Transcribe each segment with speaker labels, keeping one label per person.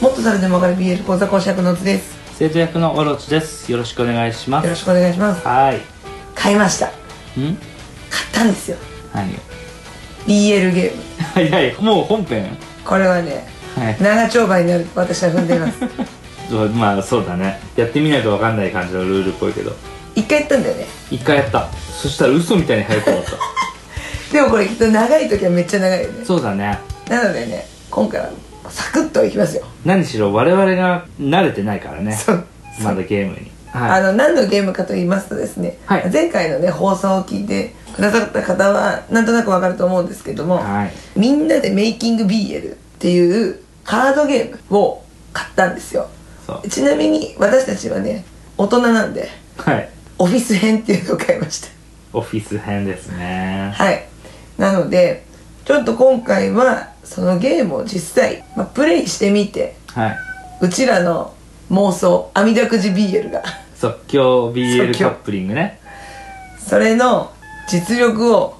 Speaker 1: トザルでもわかる BL 講座講師役の図です
Speaker 2: 生徒役のオロチですよろしくお願いしま
Speaker 1: よろ
Speaker 2: す
Speaker 1: しくお願いします
Speaker 2: はーい
Speaker 1: 買いました
Speaker 2: ん
Speaker 1: 買ったんですよ
Speaker 2: 何
Speaker 1: BL ゲーム
Speaker 2: はいはいもう本編
Speaker 1: これはね
Speaker 2: はい
Speaker 1: 長丁場になると私は踏んでいます
Speaker 2: そうまあそうだねやってみないとわかんない感じのルールっぽいけど
Speaker 1: 一回やったんだよね
Speaker 2: 一回やったそしたら嘘みたいに早く終わっ
Speaker 1: でもこれきっと長い時はめっちゃ長いよね
Speaker 2: た そうだね
Speaker 1: なのでね今回はサクッといきますよ、
Speaker 2: 何しろ我々が慣れてないからね
Speaker 1: そう
Speaker 2: まだゲームに
Speaker 1: あ
Speaker 2: はい
Speaker 1: の何のゲームかと言いますとですね、
Speaker 2: はい
Speaker 1: 前回のね放送を聞いてくださった方はなんとなくわかると思うんですけども、
Speaker 2: はい
Speaker 1: みんなでメイキング BL っていうカードゲームを買ったんですよ
Speaker 2: そう
Speaker 1: ちなみに私たちはね大人なんで
Speaker 2: はい
Speaker 1: オフィス編っていうのを買いました
Speaker 2: オフィス編ですね
Speaker 1: はいなのでちょっと今回はそのゲームを実際、まあ、プレイしてみて
Speaker 2: はいう
Speaker 1: ちらの妄想あみだくじ BL が
Speaker 2: 即興 BL
Speaker 1: 即興
Speaker 2: カップリングね
Speaker 1: それの実力を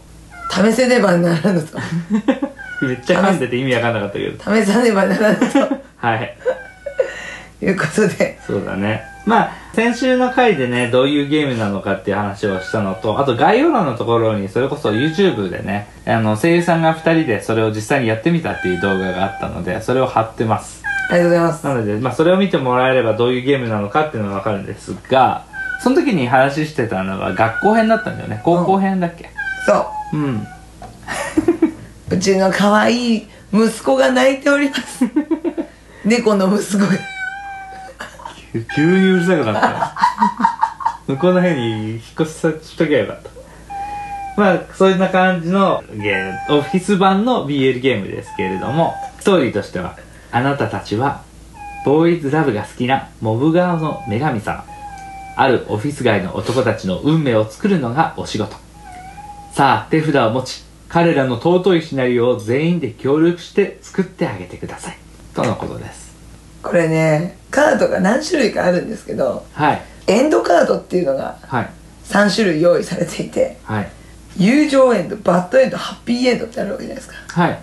Speaker 1: 試せねばならぬと
Speaker 2: めっちゃ噛んでて意味わかんなかったけど
Speaker 1: 試さねばならぬ
Speaker 2: はい
Speaker 1: ということで
Speaker 2: そうだねまあ先週の回でねどういうゲームなのかっていう話をしたのとあと概要欄のところにそれこそ YouTube でねあの声優さんが2人でそれを実際にやってみたっていう動画があったのでそれを貼ってます
Speaker 1: ありがとうございます
Speaker 2: なので、まあ、それを見てもらえればどういうゲームなのかっていうのがわかるんですがその時に話してたのが学校編だったんだよね高校編だっけ
Speaker 1: そ
Speaker 2: うん
Speaker 1: ううちの可愛い息子が泣いております猫の息子が
Speaker 2: 急にうるさくなったよ向こうの部屋に引っ越しさしときゃよかったまあそんな感じのゲームオフィス版の BL ゲームですけれどもストーリーとしてはあなたたちはボーイズラブが好きなモブ顔の女神様あるオフィス街の男たちの運命を作るのがお仕事さあ手札を持ち彼らの尊いシナリオを全員で協力して作ってあげてくださいとのことです
Speaker 1: これねカードが何種類かあるんですけど
Speaker 2: はい
Speaker 1: エンドカードっていうのが
Speaker 2: はい
Speaker 1: 3種類用意されていて
Speaker 2: はい
Speaker 1: 友情エンドバッドエンドハッピーエンドってあるわけじゃないですか
Speaker 2: はい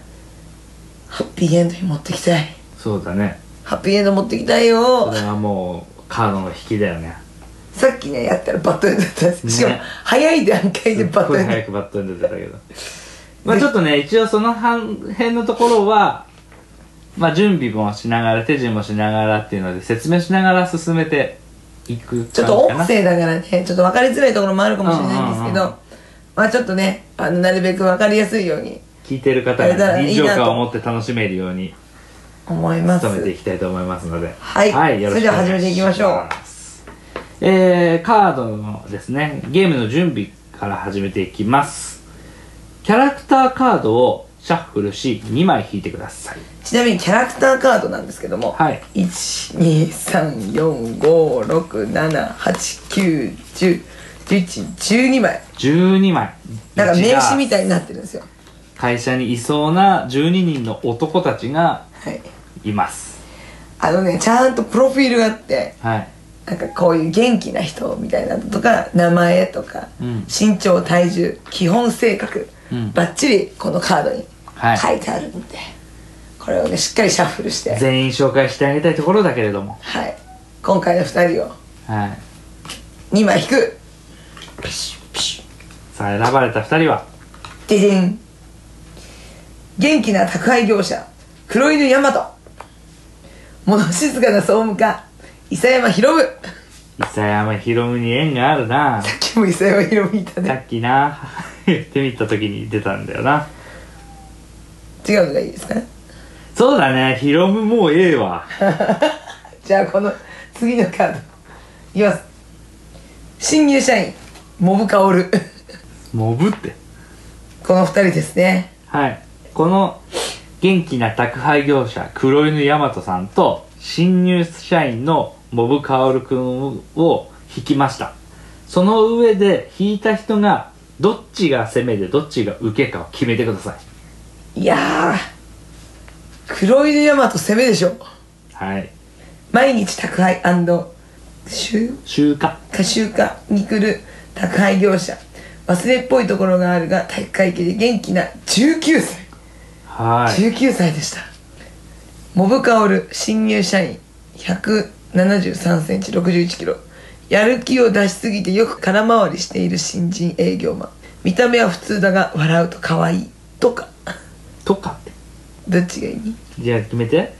Speaker 1: ハッピーエンドに持ってきたい
Speaker 2: そうだね
Speaker 1: ハッピーエンド持ってきたい
Speaker 2: こ
Speaker 1: よ
Speaker 2: れはもうカードの引きだよね
Speaker 1: さっきねやったらバッドエンドだったんです、
Speaker 2: ね
Speaker 1: しかも早い段階
Speaker 2: す
Speaker 1: で
Speaker 2: っ
Speaker 1: バッド
Speaker 2: ご
Speaker 1: エ
Speaker 2: い
Speaker 1: ンド
Speaker 2: 早くバットエンド出たけどまあちょっとね一応その辺のところはまあ準備もしながら手順もしながらっていうので説明しながら進めていく
Speaker 1: ちょっと
Speaker 2: 感じかな
Speaker 1: 音声だからねちょっと分かりづらいところもあるかもしれないんですけど、
Speaker 2: うんうんうん
Speaker 1: まあちょっとねあのなるべく分かりやすいように
Speaker 2: 聞いてる方
Speaker 1: あれだ
Speaker 2: が
Speaker 1: ね
Speaker 2: 臨
Speaker 1: いい
Speaker 2: 場
Speaker 1: なと
Speaker 2: 感を持って楽しめるように
Speaker 1: 思います
Speaker 2: 努めていきたいと思いますので
Speaker 1: は
Speaker 2: はいよろ
Speaker 1: それ
Speaker 2: しくお願
Speaker 1: では始めていきましょう
Speaker 2: ますえー、カードのですねゲームの準備から始めていきますキャラクターカードをシャッフルし2枚引いてください
Speaker 1: ちなみにキャラクターカードなんですけども、
Speaker 2: はい
Speaker 1: 123456789101112枚
Speaker 2: 12枚
Speaker 1: なんか名刺み
Speaker 2: たい
Speaker 1: たいになってるんですよ
Speaker 2: 会社にいそうな12人の男たちが
Speaker 1: はい
Speaker 2: います
Speaker 1: あのねちゃんとプロフィールがあって
Speaker 2: はい
Speaker 1: なんかこういう元気な人みたいなのとか名前とか、
Speaker 2: うん
Speaker 1: 身長体重基本性格、
Speaker 2: うん
Speaker 1: ばっちりこのカードに
Speaker 2: はい
Speaker 1: 書いてあるんで、これをねしっかりシャッフルして
Speaker 2: 全員紹介してあげたいところだけれども
Speaker 1: はい今回の2人を
Speaker 2: はい
Speaker 1: 2枚引くピシュピシ
Speaker 2: さあ選ばれた2人は
Speaker 1: ュデデン元気な宅配業者黒犬大和物静かな総務課伊佐山博夢
Speaker 2: 伊佐山ひろむに縁があるな
Speaker 1: さっきも伊佐山博夢いた
Speaker 2: さ
Speaker 1: ね
Speaker 2: っきな言ってみた時に出たんだよな
Speaker 1: 違うのがいいですかね
Speaker 2: そうだねヒロムもうええわ
Speaker 1: じゃあこの次のカードいきます新入社員モブカオル
Speaker 2: モブって
Speaker 1: この2人ですね
Speaker 2: はいこの元気な宅配業者黒犬大和さんと新入社員のモブカオルくんを引きましたその上で引いた人がどっちが攻めでどっちが受けかを決めてください
Speaker 1: いやー黒犬大和攻めでしょ
Speaker 2: はい
Speaker 1: 毎日宅配週
Speaker 2: 中華
Speaker 1: 過週化に来る宅配業者忘れっぽいところがあるが体育会系で元気な19歳、
Speaker 2: はい
Speaker 1: 19歳でしたモブカオル新入社員1 7 3センチ6 1キロやる気を出しすぎてよく空回りしている新人営業マン見た目は普通だが笑うと可愛いとか
Speaker 2: とかって
Speaker 1: どっちがいい
Speaker 2: じゃあ決めて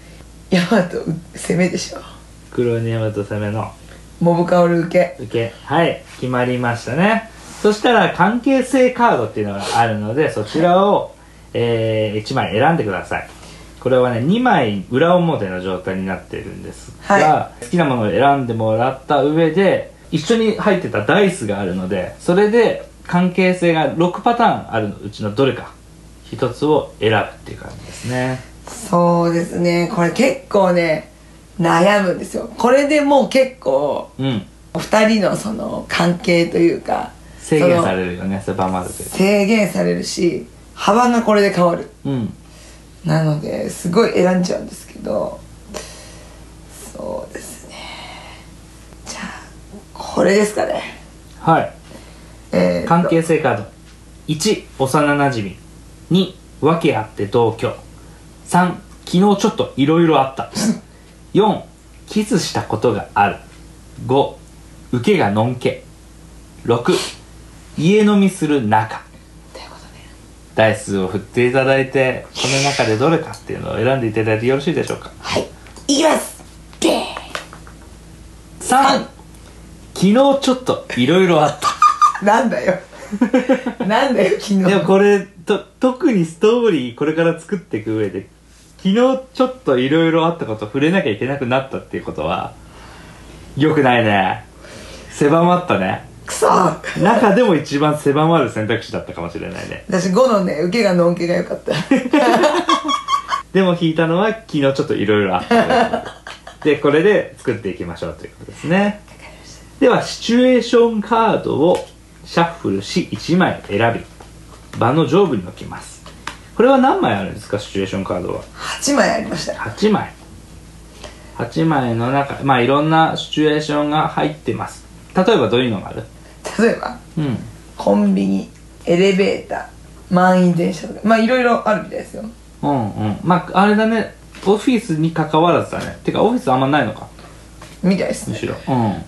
Speaker 1: ヤマト攻めでしょ
Speaker 2: 黒にヤマトサメの
Speaker 1: モブカオル受け
Speaker 2: 受けはい決まりましたねそしたら関係性カードっていうのがあるのでそちらを、え1枚選んでくださいこれはね2枚裏表の状態になってるんですが、
Speaker 1: は
Speaker 2: 好きなものを選んでもらった上で一緒に入ってたダイスがあるのでそれで関係性が6パターンあるうちのどれか1つを選ぶっていう感じですね
Speaker 1: そうですねこれ結構ね悩むんですよこれでもう結構
Speaker 2: うん
Speaker 1: お二人のその関係というか
Speaker 2: 制限さ
Speaker 1: る
Speaker 2: れるよねそれバーマルで
Speaker 1: 制限されるし幅がこれで変わる
Speaker 2: うん
Speaker 1: なのですごい選んじゃうんですけどそうですねじゃあこれですかね
Speaker 2: はい
Speaker 1: えーと
Speaker 2: 関係性カード1幼なじみ2訳あって同居3昨日ちょっといろいろ あった4キスしたことがある5受けがのんけ6家飲みする仲
Speaker 1: ということで
Speaker 2: ダイスを振っていただいてこの中でどれかっていうのを選んでいただいてよろしいでしょうか
Speaker 1: はいいきますでー
Speaker 2: 3昨日ちょっといろいろあった
Speaker 1: なんだよ なんだよ昨日
Speaker 2: でもこれと特にストーリーこれから作っていく上で昨日ちょっといろいろあったこと触れなきゃいけなくなったっていうことは良くないね狭まったね
Speaker 1: くそ
Speaker 2: 中でも一番狭まる選択肢だったかもしれないね
Speaker 1: 私5のね受けがのんけが良かった
Speaker 2: でも引いたのは昨日ちょっといろいろあったでこれで作っていきましょうということですねではシチュエーションカードをシャッフルし1枚選び場の上部に置きますこれは何枚あるんですかシチュエーションカードは
Speaker 1: 8枚ありました
Speaker 2: 8枚8枚の中まあいろんなシチュエーションが入ってます例えばどういうのがある
Speaker 1: 例えば
Speaker 2: うん
Speaker 1: コンビニエレベーター満員電車とかまあいろいろあるみたいですよ
Speaker 2: うんうんまああれだねオフィスに関わらずだねてかオフィスあんまないのか
Speaker 1: みたいです
Speaker 2: む
Speaker 1: ね
Speaker 2: しろうん
Speaker 1: やっ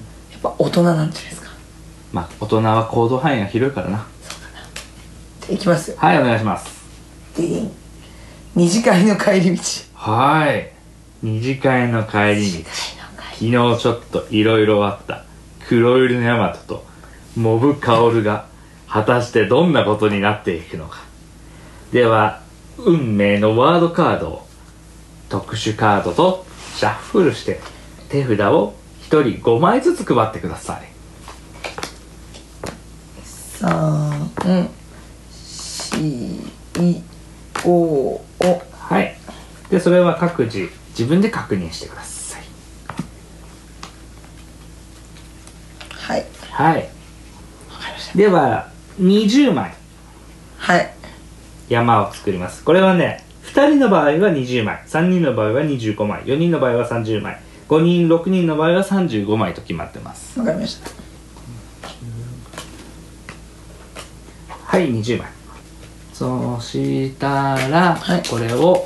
Speaker 1: ぱ大人なんじゃないですか
Speaker 2: まあ大人は行動範囲が広いからな
Speaker 1: じゃあいきますよ
Speaker 2: はいお願いします
Speaker 1: ディーン二次会の帰り道
Speaker 2: はい二次会の帰り道昨日ちょっといろいろあった黒百合のヤマトとモブカオルが果たしてどんなことになっていくのかでは運命のワードカードを特殊カードとシャッフルして手札を1人5枚ずつ配ってください
Speaker 1: 三四五を
Speaker 2: はいでそれは各自自分で確認してください
Speaker 1: はい
Speaker 2: はい
Speaker 1: わかりました
Speaker 2: では20枚
Speaker 1: はい
Speaker 2: 山を作りますこれはね2人の場合は20枚3人の場合は25枚4人の場合は30枚5人6人の場合は35枚と決まってます
Speaker 1: わかりました
Speaker 2: はい20枚そしたら、
Speaker 1: はい
Speaker 2: これを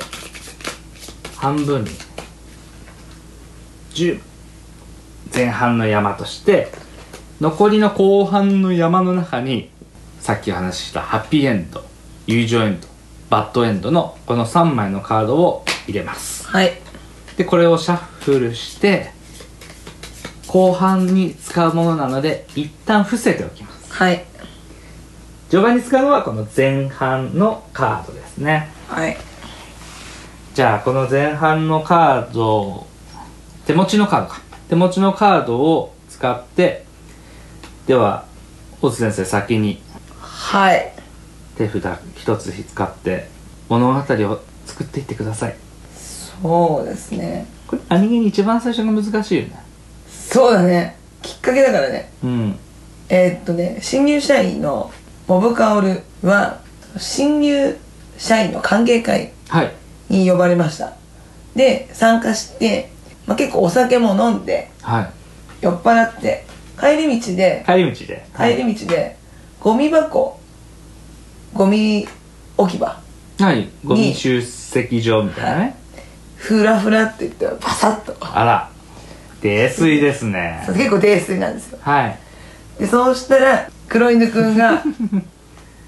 Speaker 2: 半分に10前半の山として残りの後半の山の中にさっきお話ししたハッピーエンド友情エンドバッドエンドのこの3枚のカードを入れます
Speaker 1: はい
Speaker 2: でこれをシャッフルして後半に使うものなので一旦伏せておきます
Speaker 1: はい
Speaker 2: 序盤に使うのはこの前半のカードですね
Speaker 1: はい
Speaker 2: じゃあこの前半のカードを手持ちのカードか手持ちのカードを使ってでは大津先生先に
Speaker 1: はい
Speaker 2: 手札一つ使って物語を作っていってください
Speaker 1: そうですね
Speaker 2: これ何気に一番最初が難しいよね
Speaker 1: そうだねきっかけだからね
Speaker 2: うん
Speaker 1: えーっとね新入社員のモブカオルは新入社員の歓迎会
Speaker 2: はい
Speaker 1: に呼ばれましたで参加して、まあ、結構お酒も飲んで
Speaker 2: はい
Speaker 1: 酔っ払って帰り道で
Speaker 2: 帰り道で
Speaker 1: 帰り道でゴミ箱ゴミ置き場
Speaker 2: はい、ゴミ集積場みたいなね。
Speaker 1: フラフラって言ったらパサッと
Speaker 2: あら泥酔ですね
Speaker 1: そう結構泥酔なんですよ
Speaker 2: はい
Speaker 1: でそうしたら黒犬くんが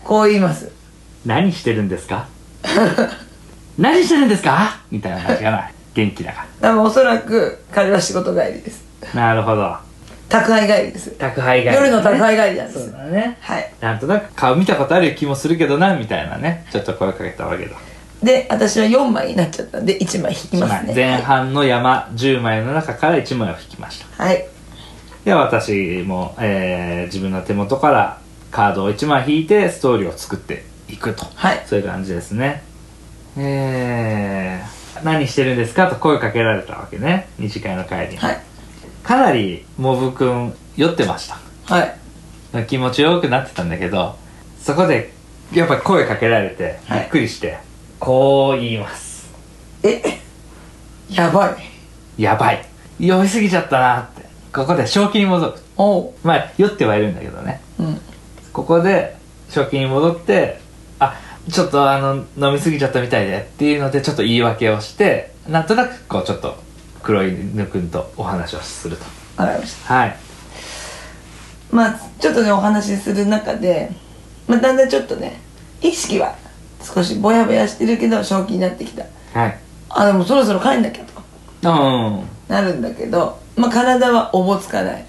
Speaker 1: こう言います
Speaker 2: 何してるんで すか何してるんですかみたいな感じかな元気だか
Speaker 1: 多分おそらく彼は仕事帰りです
Speaker 2: らなるほど
Speaker 1: 宅配帰りです
Speaker 2: 宅配が
Speaker 1: 夜の宅配帰りなんです
Speaker 2: そうだね
Speaker 1: はい
Speaker 2: なんとなく顔見たことある気もするけどなみたいなねちょっと声かけたわけだ
Speaker 1: で私は4枚になっちゃったんで1枚引きますね
Speaker 2: 前半の山10枚の中から1枚を引きました
Speaker 1: はい
Speaker 2: で私も、えー自分の手元からカードを1枚引いてストーリーを作っていくと、
Speaker 1: はい
Speaker 2: そういう感じですねえー、何してるんですかと声かけられたわけね二次会の会に、
Speaker 1: はい
Speaker 2: かなりモブくん酔ってました
Speaker 1: はい
Speaker 2: 気持ちよくなってたんだけどそこでやっぱ声かけられてび
Speaker 1: はい
Speaker 2: っくりして、こう言います
Speaker 1: えやばい
Speaker 2: やばい酔いすぎちゃったなってここで正気に戻る
Speaker 1: おう
Speaker 2: まあ酔ってはいるんだけどね
Speaker 1: うん
Speaker 2: ここで正気に戻ってあちょっとあの飲みすぎちゃったみたいでっていうのでちょっと言い訳をしてなんとなくこうちょっと黒犬くんとお話をすると
Speaker 1: わかりました
Speaker 2: はい
Speaker 1: まあちょっとねお話しする中で、まあ、だんだんちょっとね意識は少しぼやぼやしてるけど正気になってきた
Speaker 2: はい
Speaker 1: あでもそろそろ帰んなきゃとか
Speaker 2: うん
Speaker 1: なるんだけど、まあ、体はおぼつかない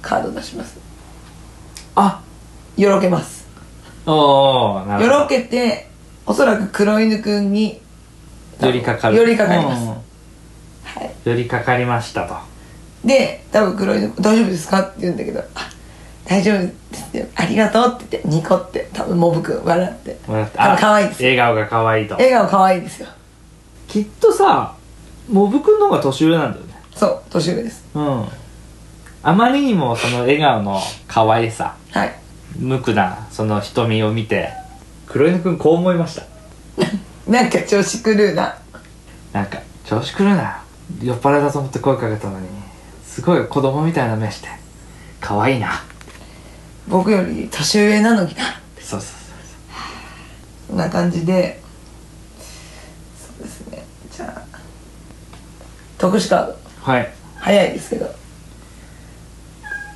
Speaker 1: カード出します
Speaker 2: あ
Speaker 1: よろけます
Speaker 2: おおな
Speaker 1: よ
Speaker 2: るほど
Speaker 1: ろけておそらく黒犬くんに
Speaker 2: 寄りかかる
Speaker 1: 寄りかかります、
Speaker 2: うん
Speaker 1: はい
Speaker 2: 寄りかかりましたと
Speaker 1: で多分黒いの「大丈夫ですか?」って言うんだけど「あ大丈夫ですよありがとう」って言ってニコって多分モブくん笑って
Speaker 2: 笑って
Speaker 1: 多分可愛いですよ
Speaker 2: 笑顔が可愛いと
Speaker 1: 笑顔可愛いですよ
Speaker 2: きっとさモブくんの方が年上なんだよね
Speaker 1: そう年上です
Speaker 2: うんあまりにもその笑顔の可愛さ
Speaker 1: はい
Speaker 2: 無垢なその瞳を見て黒犬くんこう思いました
Speaker 1: なんか調子狂うな
Speaker 2: なんか調子狂うな酔っ払いだと思って声かけたのにすごい子供みたいな目して可愛いな
Speaker 1: 僕より年上なのにな
Speaker 2: そうそうそう
Speaker 1: そんな感じでそうですねじゃあ特殊カード
Speaker 2: はい
Speaker 1: 早いですけど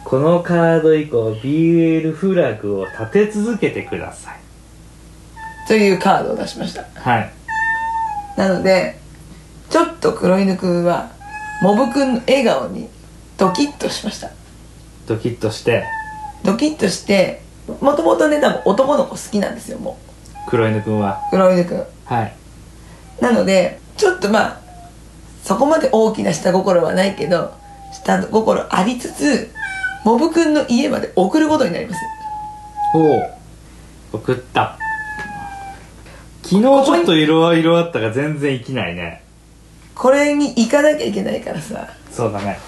Speaker 2: このカード以降 BL フラグを立て続けてください
Speaker 1: というカードを出しました
Speaker 2: はい
Speaker 1: なのでちょっと黒犬くんはモブくんの笑顔にドキッとしました
Speaker 2: ドキッとして
Speaker 1: ドキッとしてもともとね多分男の子好きなんですよも
Speaker 2: 黒犬くんは
Speaker 1: う黒犬くん
Speaker 2: はい
Speaker 1: なのでちょっとまあそこまで大きな下心はないけど下心ありつつモブくんの家まで送ることになります
Speaker 2: ほう送った昨日ちょっと色々あったが全然生きないね
Speaker 1: これに行かなきゃいけないからさ
Speaker 2: そうだね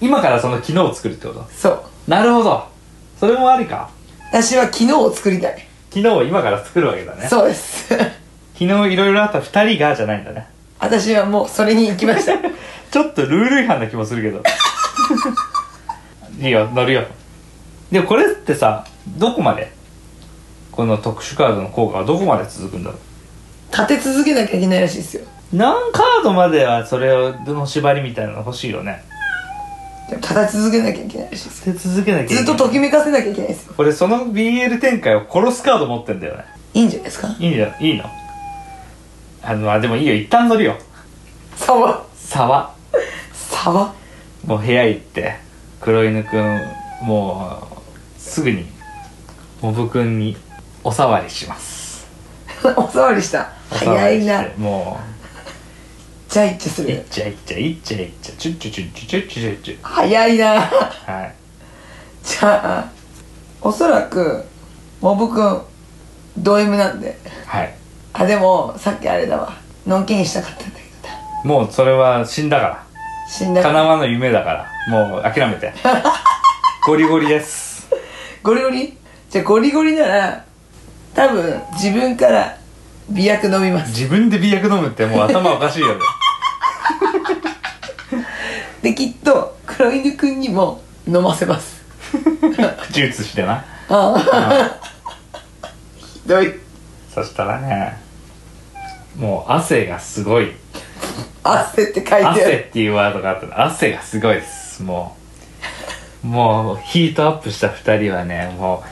Speaker 2: 今からその昨日を作るってこと
Speaker 1: そう
Speaker 2: なるほどそれもありか
Speaker 1: 私は昨日を作りたい
Speaker 2: 昨日を今から作るわけだね
Speaker 1: そうです
Speaker 2: 昨日色々あった2人がじゃないんだね
Speaker 1: 私はもうそれに行きました
Speaker 2: ちょっとルール違反な気もするけど いいよ乗るよでもこれってさどこまでこの特殊カードの効果はどこまで続くんだろう
Speaker 1: 立て続けなきゃいけないらしいですよ
Speaker 2: 何カードまではそれをの縛りみたいなの欲しいよね
Speaker 1: でも立て続けなきゃいけないらしいです
Speaker 2: 捨て続けなきゃいけな
Speaker 1: ず
Speaker 2: い
Speaker 1: っとときめかせなきゃいけないですよ
Speaker 2: 俺その BL 展開を殺すカード持ってんだよね
Speaker 1: いいんじゃないですか
Speaker 2: いいんじゃいいのあのまあでもいいよ一旦乗るよ
Speaker 1: サバ
Speaker 2: 沢
Speaker 1: サバ
Speaker 2: もう部屋行って黒犬くんもうすぐにモブくんにおさわりします
Speaker 1: おさわりした
Speaker 2: おさわ
Speaker 1: 早
Speaker 2: り
Speaker 1: い
Speaker 2: して
Speaker 1: な
Speaker 2: も
Speaker 1: じゃいっちゃす
Speaker 2: ういっ
Speaker 1: る
Speaker 2: ちゃいっちゃいっちゃいっちゃチュッチュチュッチュチュッチュチュッチ
Speaker 1: 早いな
Speaker 2: ュはい
Speaker 1: じゃあおそらくモブくんド M なんで
Speaker 2: はい
Speaker 1: あでもさっきあれだわのんきにしたかったんだけどな
Speaker 2: もうそれは死んだか
Speaker 1: 死んだ
Speaker 2: ら叶わぬ夢だからもう諦めてゴリゴリです
Speaker 1: ゴリゴリじゃあゴリゴリなら多分自分から媚薬飲みます
Speaker 2: 自分で美薬飲むってもう頭おかしいよね
Speaker 1: できっと黒犬くんにも飲ませます
Speaker 2: 口移してな
Speaker 1: ああひどい
Speaker 2: そしたらねもう汗がすごい
Speaker 1: 汗って書いてあ
Speaker 2: 汗
Speaker 1: る
Speaker 2: っていうワードがあったの汗がすごいですもうもうヒートアップした2人はねも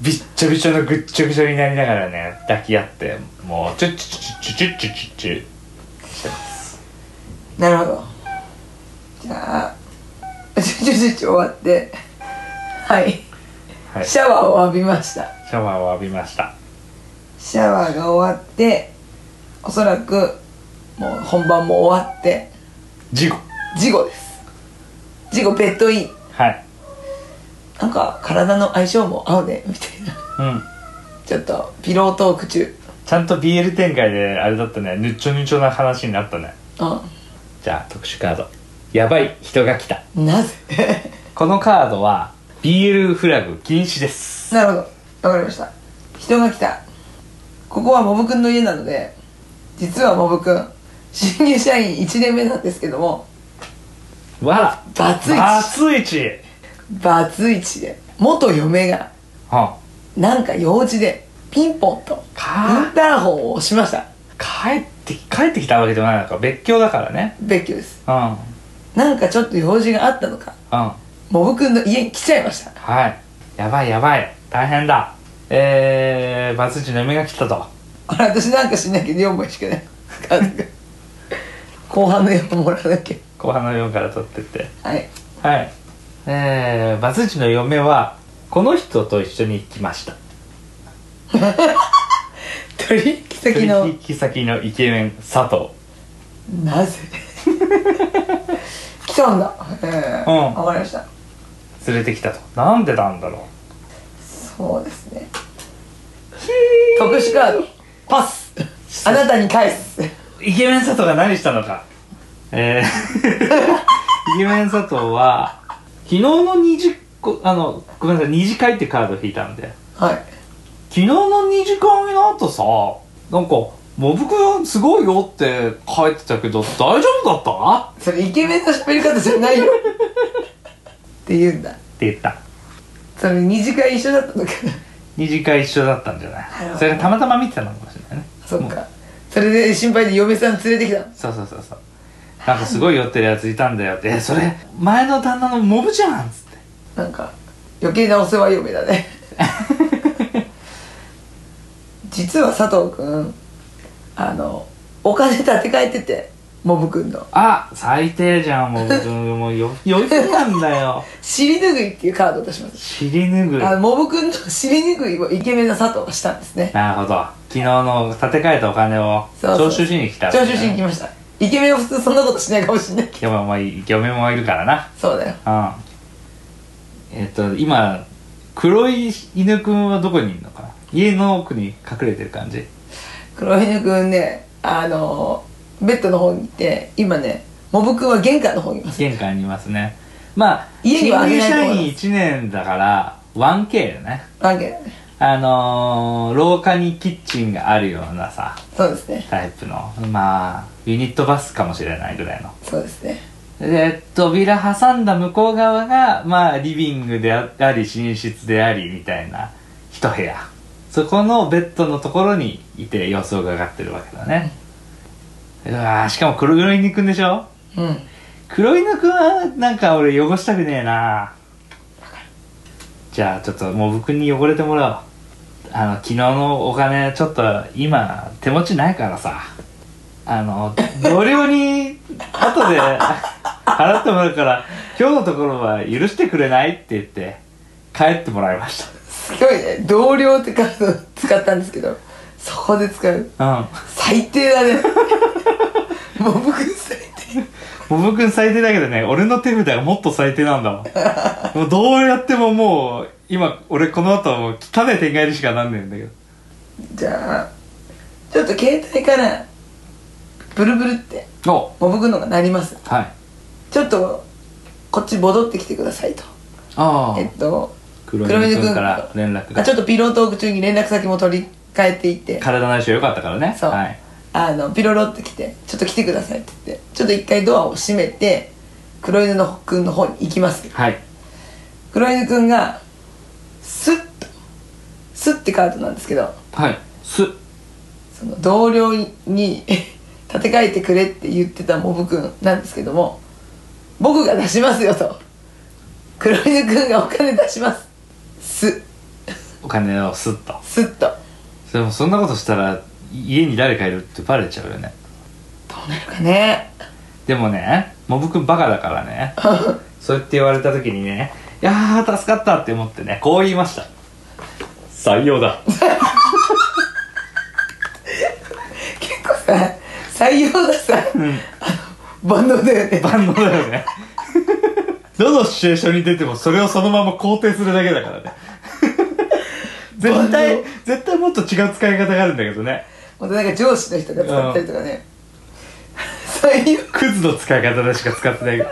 Speaker 2: うびっちょびちょのぐっちょびちょになりながらね抱き合ってもうチュッチュッチュッチュッチュッチュッチュッチュしてます
Speaker 1: なるほどじゃあちょちょちょちょ終わってはい
Speaker 2: はいシ
Speaker 1: シャワーを浴びました
Speaker 2: ャワーを浴びました
Speaker 1: シャワーが終わっておそらくもう本番も終わって
Speaker 2: 事故
Speaker 1: 事後です事後ベッドイン
Speaker 2: はい
Speaker 1: なんか体の相性も合うねみたいな
Speaker 2: うん
Speaker 1: ちょっとピロートーク中
Speaker 2: ちゃんと BL 展開であれだったねぬっちょぬちょな話になったね
Speaker 1: う
Speaker 2: じゃあ特殊カードやばい人が来た
Speaker 1: んなぜ
Speaker 2: このカードは BL フラグ禁止です
Speaker 1: なるほどわかりました人が来たここはモブくんの家なので実はモブくん新入社員1年目なんですけども
Speaker 2: わら
Speaker 1: バツイチ
Speaker 2: バツイチ
Speaker 1: バツイチで元嫁が
Speaker 2: は
Speaker 1: なんか用事でピンポンとイン
Speaker 2: か
Speaker 1: ターホンを押しました
Speaker 2: 帰って帰ってきたわけでもないのか別居だからね
Speaker 1: 別居です
Speaker 2: うんうん
Speaker 1: なんかちょっと用事があったのか
Speaker 2: は
Speaker 1: モブくんの家に来ちゃいました
Speaker 2: いやばいやばい大変だえー、バツイチの嫁が来たと
Speaker 1: あれ私なんかしなきゃ4枚しかないカード が後半の4もらわなき
Speaker 2: 後半の4から取ってって
Speaker 1: ゃはい
Speaker 2: はいえー、バツイチの嫁はこの人と一緒に来ました
Speaker 1: 取引先の
Speaker 2: 取引先のイケメン佐藤
Speaker 1: なぜ来たんだええ
Speaker 2: うん
Speaker 1: わかりました
Speaker 2: 連れてきたとなんでなんだろう
Speaker 1: そうですね特殊カードパ スあなたに返す
Speaker 2: イケメン佐藤が何したのかえー、 イケメン佐藤は昨日の二次こあのごめんなさい二次会ってカードを引いたんで
Speaker 1: はい
Speaker 2: 昨日の二次会の後さなんか「モブくんすごいよ」って書いてたけど大丈夫だった
Speaker 1: それイケメンの喋り方じゃないよって言うんだ
Speaker 2: って言った
Speaker 1: それ二次会一緒だったのか
Speaker 2: 二次会一緒だったんじゃない
Speaker 1: なるほど
Speaker 2: それがたまたま見てたのかもしれないね
Speaker 1: そっかそれで心配で嫁さん連れてきたの
Speaker 2: そうそうそうそうなんかすごい酔ってるやついたんだよって「えそれ前の旦那のモブじゃん」っつって
Speaker 1: なんか余計なお世話嫁だ ね実は佐藤君あのお金立て替えててモブ君の
Speaker 2: あ最低じゃんもうもうよ 余裕なんだよ
Speaker 1: 尻拭いっていうカードを出します
Speaker 2: 尻拭
Speaker 1: あ
Speaker 2: い
Speaker 1: のモブ君の 尻拭いをイケメンな佐藤がしたんですね
Speaker 2: なるほど昨日の立て替えたお金を
Speaker 1: そうそう
Speaker 2: 徴収しに来たわけ
Speaker 1: 聴
Speaker 2: ね
Speaker 1: 取しに来ましたイケメンは普通そんなことしないかもしれないけど
Speaker 2: 嫁もい嫁もいるからな
Speaker 1: そうだよ
Speaker 2: うんえっ、と今黒い犬くんはどこにいるのかな家の奥に隠れてる感じ
Speaker 1: 黒犬君ねあのベッドの方にいて今ねモブ君は玄関の方にいます
Speaker 2: 玄関にいますねまあ
Speaker 1: 家にはあ
Speaker 2: 新
Speaker 1: げ
Speaker 2: 入
Speaker 1: ないと思
Speaker 2: 社
Speaker 1: います
Speaker 2: 員1年だから 1K だね
Speaker 1: わけ
Speaker 2: あのー、廊下にキッチンがあるようなさ
Speaker 1: そうですね
Speaker 2: タイプのまあユニットバスかもしれないぐらいの
Speaker 1: そうですね
Speaker 2: で扉挟んだ向こう側がまあリビングであり寝室でありみたいな一部屋そこのベッドのところにいて様子を伺ってるわけだねうわーしかも黒犬くんでしょ
Speaker 1: うん
Speaker 2: 黒犬くんはなんか俺汚したくねえなじゃあちょっとモブくんに汚れてもらおうあの昨日のお金ちょっと今手持ちないからさあの同僚に後で 払ってもらうから今日のところは許してくれないって言って帰ってもらいまし
Speaker 1: すごいね同僚ってカードを使ったんですけどそこで使う
Speaker 2: たうん
Speaker 1: 最低だね モブ君最低
Speaker 2: モブくん最低だけどね俺の手札がもっと最低なんだもんもうどうやってももう今俺この後はもう汚い展開にしかなんねえんだけど
Speaker 1: じゃあちょっと携帯からブルブルって
Speaker 2: お
Speaker 1: モブ君のが鳴ります
Speaker 2: はい
Speaker 1: ちょっとこっち戻ってきてくださいと
Speaker 2: あ
Speaker 1: えっと
Speaker 2: 黒犬くんから連絡
Speaker 1: あ
Speaker 2: が
Speaker 1: ちょっとピロートーク中に連絡先も取り替えていて
Speaker 2: 体の相性良かったからね
Speaker 1: そう、
Speaker 2: はい、
Speaker 1: あのピロロって来て「ちょっと来てください」って言ってちょっと一回ドアを閉めて黒犬のくんの方に行きます
Speaker 2: はい、
Speaker 1: 黒犬くんがスッとスッってカードなんですけど
Speaker 2: はいす
Speaker 1: その同僚に 建て替えてくれって言ってたモブくんなんですけども僕が出しますよと黒犬くんがお金出しますす
Speaker 2: お金をスッと
Speaker 1: すっとど
Speaker 2: でもそんなことしたら家に誰かいるってバレちゃうよね
Speaker 1: うなるかね
Speaker 2: でもねモブくんバカだから ねそうやって言われた時にねいやー助かったって思ってねこう言いました採用だ
Speaker 1: 結構さ採用がさ、
Speaker 2: ん
Speaker 1: あの万能だよね
Speaker 2: 万能だよ ねどのシチュエーションに出てもそれをそのまま肯定するだけだから ね絶
Speaker 1: 万
Speaker 2: 対
Speaker 1: 能
Speaker 2: 絶対もっと違う使い方があるんだけどね
Speaker 1: 本当なんか上司の人が使ったりとかね採用
Speaker 2: クズの使い方でしか使ってない
Speaker 1: ク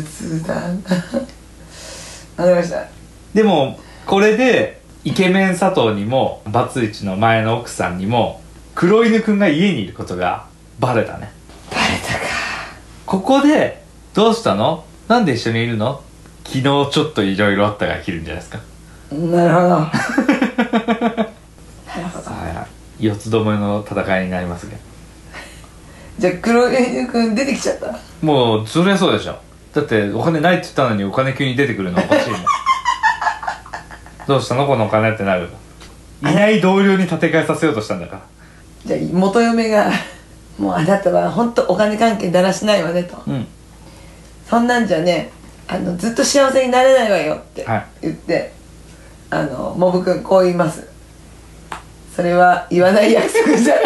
Speaker 1: ズだなわかりました
Speaker 2: でもこれでイケメン佐藤にもバツイチの前の奥さんにも黒犬くんが家にいることがバレたね
Speaker 1: バレたか
Speaker 2: ここで「どうしたのなんで一緒にいるの?」昨日ちょっといろいろあったが切るんじゃないですか
Speaker 1: なるほどなるほど
Speaker 2: はい四つどもえの戦いになりますけど
Speaker 1: じゃあ黒犬くん出てきちゃった
Speaker 2: もうそりゃそうでしょだってお金ないって言ったのにお金急に出てくるのおかしいもんどうしたのこのお金ってなるいない同僚に立て替えさせようとしたんだから
Speaker 1: じゃあ元嫁が「もうあなたは本当お金関係だらしないわね」と
Speaker 2: うん
Speaker 1: 「そんなんじゃねあのずっと幸せになれないわよ」って
Speaker 2: はい
Speaker 1: 言って、あのモブくんこう言いますそれは言わない約束じゃない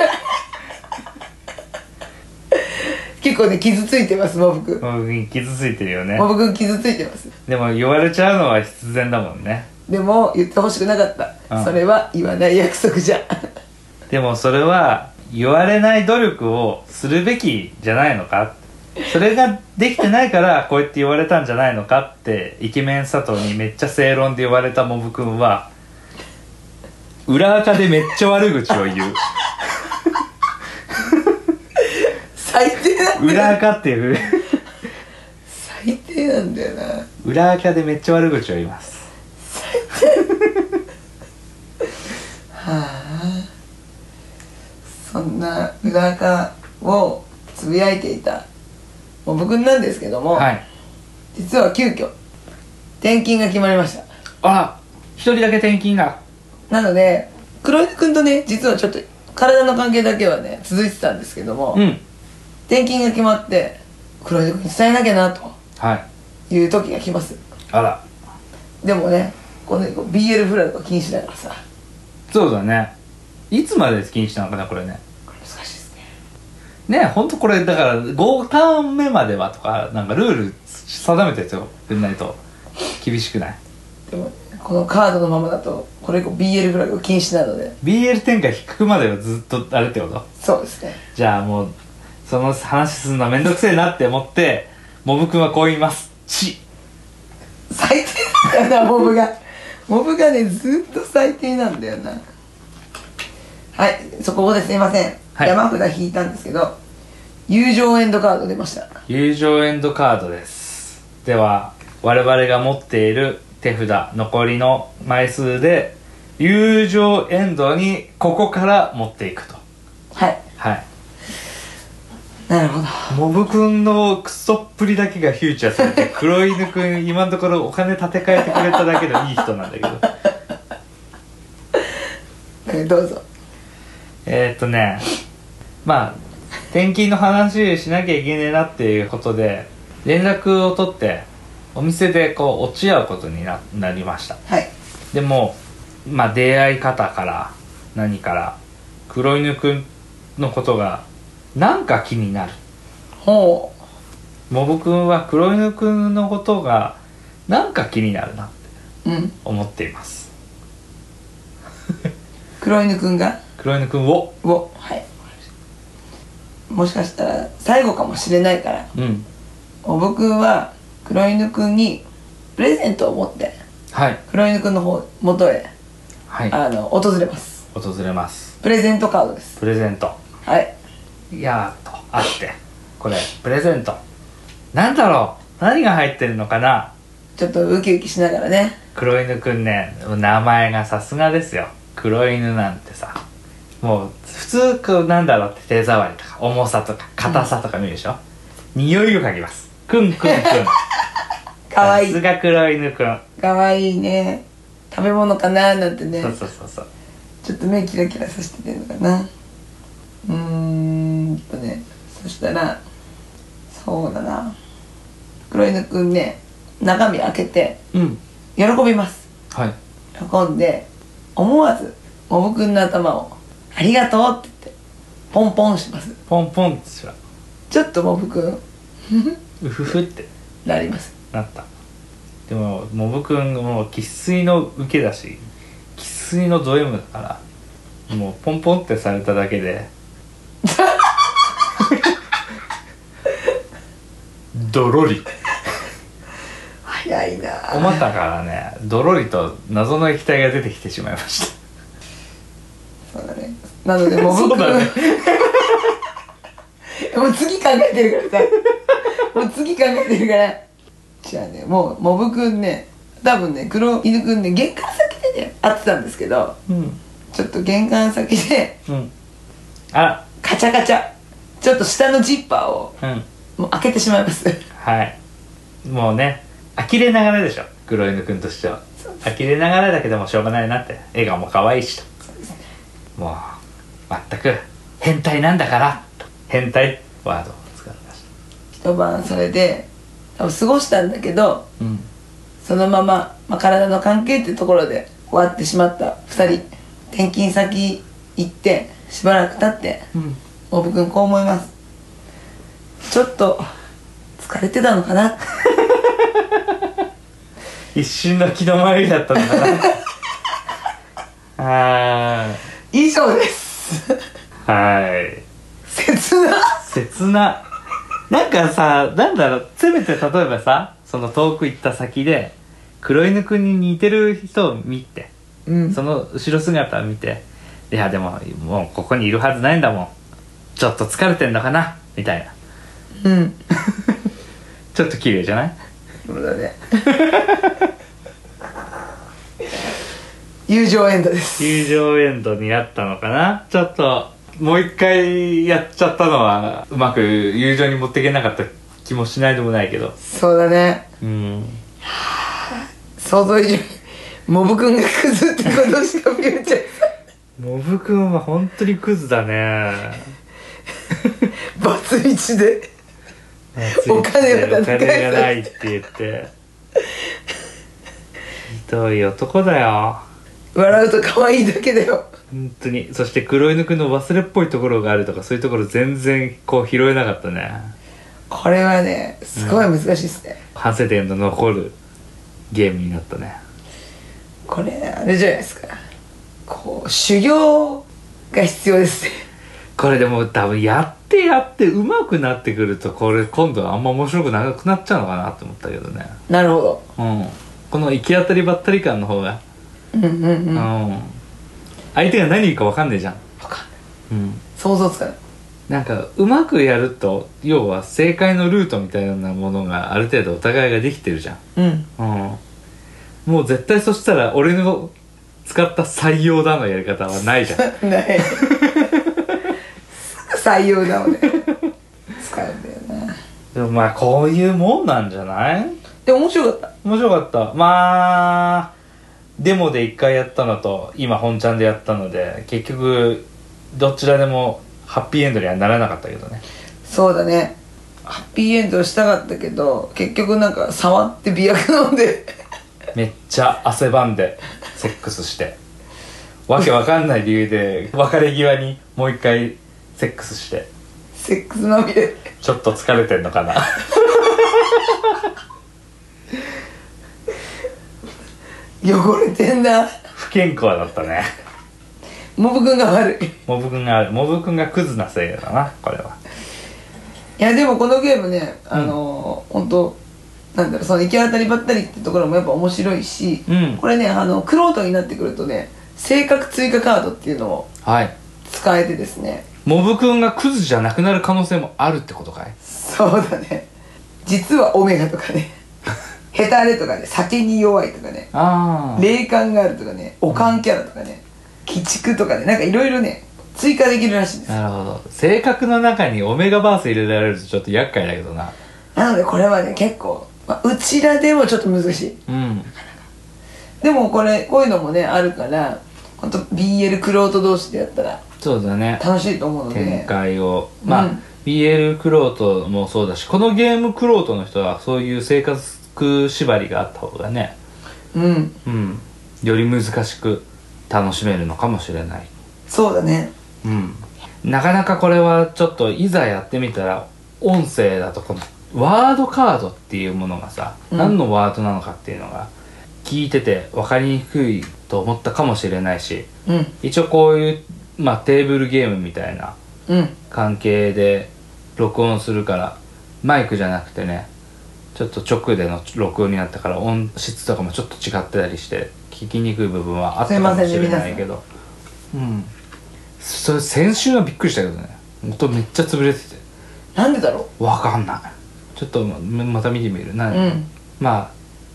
Speaker 1: 結構ね傷ついてますモブくん
Speaker 2: うん傷ついてるよね
Speaker 1: モブくん傷ついてます
Speaker 2: でも言われちゃうのは必然だもんね
Speaker 1: でも言ってほしくなかった、
Speaker 2: うん
Speaker 1: それは言わない約束じゃ
Speaker 2: でもそれは言われない努力をするべきじゃないのかそれができてないからこうやって言われたんじゃないのかってイケメン佐藤にめっちゃ正論で言われたモブくんは裏垢でめっちゃ悪口を 言う
Speaker 1: 最低なんだよ
Speaker 2: 裏垢っていう
Speaker 1: 最低なんだよな
Speaker 2: 裏垢でめっちゃ悪口を言います
Speaker 1: そんな裏垢をつぶやいていたもう僕なんですけども、
Speaker 2: はい
Speaker 1: 実は急遽転勤が決まりました
Speaker 2: あら一人だけ転勤が
Speaker 1: なので黒井君とね実はちょっと体の関係だけはね続いてたんですけども、
Speaker 2: うん
Speaker 1: 転勤が決まって黒井君に伝えなきゃなと
Speaker 2: はい
Speaker 1: いう時が来ます
Speaker 2: あら
Speaker 1: でもねこの BL フラグが禁止だからさ
Speaker 2: そうだねいつまで好きにしたのかなこれね
Speaker 1: これ難しいですね
Speaker 2: ねほんとこれだから5ターン目まではとかなんかルール定めてよくんないと厳しくない
Speaker 1: でもねこのカードのままだとこれ以降 BL フラグが禁止なので
Speaker 2: BL 展開引くまではずっとあれってこと
Speaker 1: そうですね
Speaker 2: じゃあもうその話すんのめんどくせえなって思ってモブくんはこう言いますち
Speaker 1: 最低なんだよなモブがモブがねずっと最低なんだよなはいそこですいません、
Speaker 2: はい
Speaker 1: 山札引いたんですけど友情エンドカード出ました
Speaker 2: 友情エンドカードですでは我々が持っている手札残りの枚数で友情エンドにここから持っていくと
Speaker 1: はい
Speaker 2: はい
Speaker 1: なるほど
Speaker 2: モブくんのクソっぷりだけがフューチャーされて黒犬くん今のところお金立て替えてくれただけのいい人なんだけど
Speaker 1: えーどうぞ
Speaker 2: えーっとねまあ転勤の話しなきゃいけねえなっていうことで連絡を取ってお店でこう落ち合うことにななりました
Speaker 1: はい
Speaker 2: でもまあ出会い方から何から黒犬くんのことがなんか気になる
Speaker 1: ほう
Speaker 2: モブくんは黒犬くんのことがなんか気になるなって
Speaker 1: うん
Speaker 2: 思っています
Speaker 1: 黒犬くんが
Speaker 2: 黒犬くんを
Speaker 1: をはいもしかしたら最後かもしれないから
Speaker 2: うん
Speaker 1: モブくんは黒犬くんにプレゼントを持って
Speaker 2: はい
Speaker 1: 黒犬くんの方元へ
Speaker 2: はい
Speaker 1: あの訪れます
Speaker 2: 訪れます
Speaker 1: プレゼントカードです
Speaker 2: プレゼント
Speaker 1: はい
Speaker 2: いやーっとあってこれプレゼントなんだろう何が入ってるのかな
Speaker 1: ちょっとウキウキしながらね
Speaker 2: 黒犬くんね名前がさすがですよ黒犬なんてさもう普通こうなんだろうって手触りとか重さとか硬さとか見るでしょ、匂いを嗅ぎますくんくんく ん
Speaker 1: かわい
Speaker 2: さす
Speaker 1: い
Speaker 2: が黒犬くん、
Speaker 1: かわいいね食べ物かななんてね
Speaker 2: そうそうそうそう
Speaker 1: ちょっと目キラキラさせてるのかなうーんとねそしたらそうだな黒犬くんね中身開けて
Speaker 2: うん
Speaker 1: 喜びます
Speaker 2: はい
Speaker 1: 喜んで思わずモブくんの頭を「ありがとう」って言ってポンポンします
Speaker 2: ポンポンってしら
Speaker 1: ちょっとモブくん
Speaker 2: うふふって
Speaker 1: なります
Speaker 2: なったでもモブくんがもう生粋の受けだし生粋のド M だからもうポンポンってされただけ でドロリ
Speaker 1: 早いな
Speaker 2: お股からねドロリと謎の液体が出てきてしまいました
Speaker 1: そうだねなのでモブ
Speaker 2: そ
Speaker 1: く、
Speaker 2: うんだね
Speaker 1: もう次考えてるからさもう次考えてるからじゃあねもうモブくんね多分ね黒犬くんね玄関先でね会ってたんですけど
Speaker 2: うん
Speaker 1: ちょっと玄関先で
Speaker 2: うんあ
Speaker 1: カチャカチャちょっと下のジッパーを
Speaker 2: らうん
Speaker 1: もう開けてしまいます
Speaker 2: はいもうね呆れながらでしょ黒犬くんとしては呆れながらだけどもしょうがないなって笑顔も可愛いしともう全く変態なんだからと変態ってワードを使いまし
Speaker 1: 一晩それで多分過ごしたんだけど
Speaker 2: たうん
Speaker 1: そのまま、まあ、体の関係ってところで終わってしまった2人転勤先行ってしばらく経って
Speaker 2: うん
Speaker 1: 大部君こう思いますちょっと疲れてたのかな
Speaker 2: 一瞬の気の迷いだったんだなあ
Speaker 1: 以上です
Speaker 2: ーはい
Speaker 1: 切な
Speaker 2: 切ななんかさなんだろうせめて例えばさその遠く行った先で黒犬くんに似てる人を見て
Speaker 1: うん
Speaker 2: その後ろ姿を見ていやでももうここにいるはずないんだもんちょっと疲れてんのかなみたいな
Speaker 1: うん
Speaker 2: ちょっと綺麗じゃない
Speaker 1: そうだね友情エンドです
Speaker 2: 友情エンドになったのかなちょっともう一回やっちゃったのはうまく友情に持っていけなかった気もしないでもないけど
Speaker 1: そうだね
Speaker 2: うん
Speaker 1: 想像以上にモブ君がクズってことしか見えちゃう
Speaker 2: モブくんは本当にクズだ ね
Speaker 1: バツイチでお金が
Speaker 2: お
Speaker 1: なくて
Speaker 2: 金がないって言ってひどい男だよ
Speaker 1: 笑うと可愛いだけだよ
Speaker 2: 本当にそして黒犬くんの忘れっぽいところがあるとかそういうところ全然こう拾えなかったね
Speaker 1: これはねすごい難しいですね、
Speaker 2: 反省点の残るゲームになったね
Speaker 1: これあれじゃないですかこう修行が必要ですね
Speaker 2: これでも多分やってやって上手くなってくるとこれ今度はあんま面白くなくなっちゃうのかなって思ったけどね
Speaker 1: なるほど
Speaker 2: うんこの行き当たりばったり感の方が
Speaker 1: うんうんう
Speaker 2: うん
Speaker 1: 分
Speaker 2: ん、相手が何言うか分かんねえじゃん
Speaker 1: かんない
Speaker 2: うん
Speaker 1: 想像つかない
Speaker 2: なんかうまくやると要は正解のルートみたいなものがある程度お互いができてるじゃん
Speaker 1: うん
Speaker 2: うん、もう絶対そしたら俺の使った採用だのやり方はないじゃん
Speaker 1: ないすぐ採用だもんね使うんだよな
Speaker 2: でもまあこういうもんなんじゃない
Speaker 1: でも面白かっ
Speaker 2: 面白かったまあデモで一回やったのと今本ちゃんでやったので結局どちらでもハッピーエンドにはならなかったけどね
Speaker 1: たそうだねハッピーエンドしたかったけど結局なんか触って媚薬飲んで
Speaker 2: めっちゃ汗ばんでセックスしてわけわかんない理由で別れ際にもう一回セックスして
Speaker 1: セックスまみれ
Speaker 2: ちょっと疲れてんのかな
Speaker 1: 汚れてんな
Speaker 2: 不健康だったね
Speaker 1: モブ君が悪い
Speaker 2: モブ君があるモブ君がクズなせいだなこれはい
Speaker 1: やでもこのゲームねあのー、本当なんだろうその行き当たりばったりってところもやっぱ面白いし、
Speaker 2: うん
Speaker 1: これねあのクロートになってくるとね性格追加カードっていうのを
Speaker 2: はい
Speaker 1: 使えてですね
Speaker 2: モブ君がクズじゃなくなる可能性もあるってことかい
Speaker 1: そうだね実はオメガとか ねヘタレとかね酒に弱いとかね
Speaker 2: あ
Speaker 1: 霊感があるとかねおかんキャラとかね鬼畜とかねなんかいろいろね追加できるらしいです
Speaker 2: なるほど性格の中にオメガバース入れられるとちょっと厄介だけどな
Speaker 1: なのでこれはね結構、まあ、うちらでもちょっと難しい
Speaker 2: うん
Speaker 1: でもこれこういうのもねあるからほんと BL クロート同士でやったら
Speaker 2: そうだね
Speaker 1: 楽しいと思うの
Speaker 2: 展
Speaker 1: で
Speaker 2: 開をまあ、
Speaker 1: うん
Speaker 2: BL クロートもそうだしこのゲームクロートの人はそういう生活縛りがあった方がね
Speaker 1: うん
Speaker 2: うんより難しく楽しめるのかもしれない
Speaker 1: そうだね
Speaker 2: うんなかなかこれはちょっといざやってみたら音声だとこのワードカードっていうものがさ、
Speaker 1: うん
Speaker 2: 何のワードなのかっていうのが聞いてて分かりにくいと思ったかもしれないし
Speaker 1: うん
Speaker 2: 一応こういう、まあ、テーブルゲームみたいな
Speaker 1: うん
Speaker 2: 関係で録音するからマイクじゃなくてねちょっと直での録音になったから音質とかもちょっと違ってたりして聞きにくい部分はあったかもしれないけどうんそれ先週はびっくりしたけどね音めっちゃ潰れてて
Speaker 1: なんでだろ
Speaker 2: わかんないちょっとままた見てみるな
Speaker 1: ううん
Speaker 2: まあ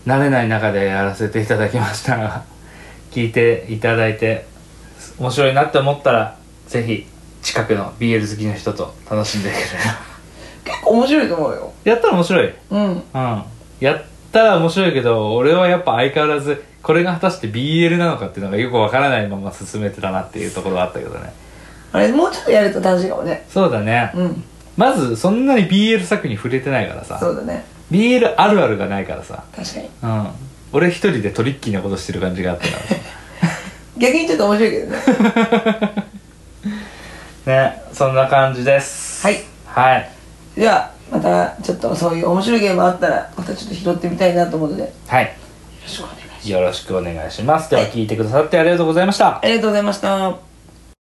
Speaker 2: 慣れない中でやらせていただきましたが 聞いていただいて面白いなって思ったらぜひ近くの BL 好きの人と楽しんでくれる
Speaker 1: 結構面白いと思うよ
Speaker 2: やったら面白いうん
Speaker 1: うん
Speaker 2: やったら面白いけど俺はやっぱ相変わらずこれが果たして BL なのかっていうのがよくわからないまま進めてたなっていうところがあったけどね
Speaker 1: あれもうちょっとやると楽しいかもね
Speaker 2: そうだね、
Speaker 1: うん
Speaker 2: まずそんなに BL 作に触れてないからさ
Speaker 1: そうだね
Speaker 2: BL あるあるがないからさ
Speaker 1: 確かに
Speaker 2: うん俺一人でトリッキーなことしてる感じがあったから
Speaker 1: 逆にちょっと面白いけどね
Speaker 2: ねそんな感じです
Speaker 1: はい
Speaker 2: はい
Speaker 1: ではまたちょっとそういう面白いゲームあったらまたちょっと拾ってみたいなと思うのでよ
Speaker 2: はい
Speaker 1: ろしくお願いします
Speaker 2: よろしくお願いしますでは聞いてくださってありがとうございました
Speaker 1: ありがとうございました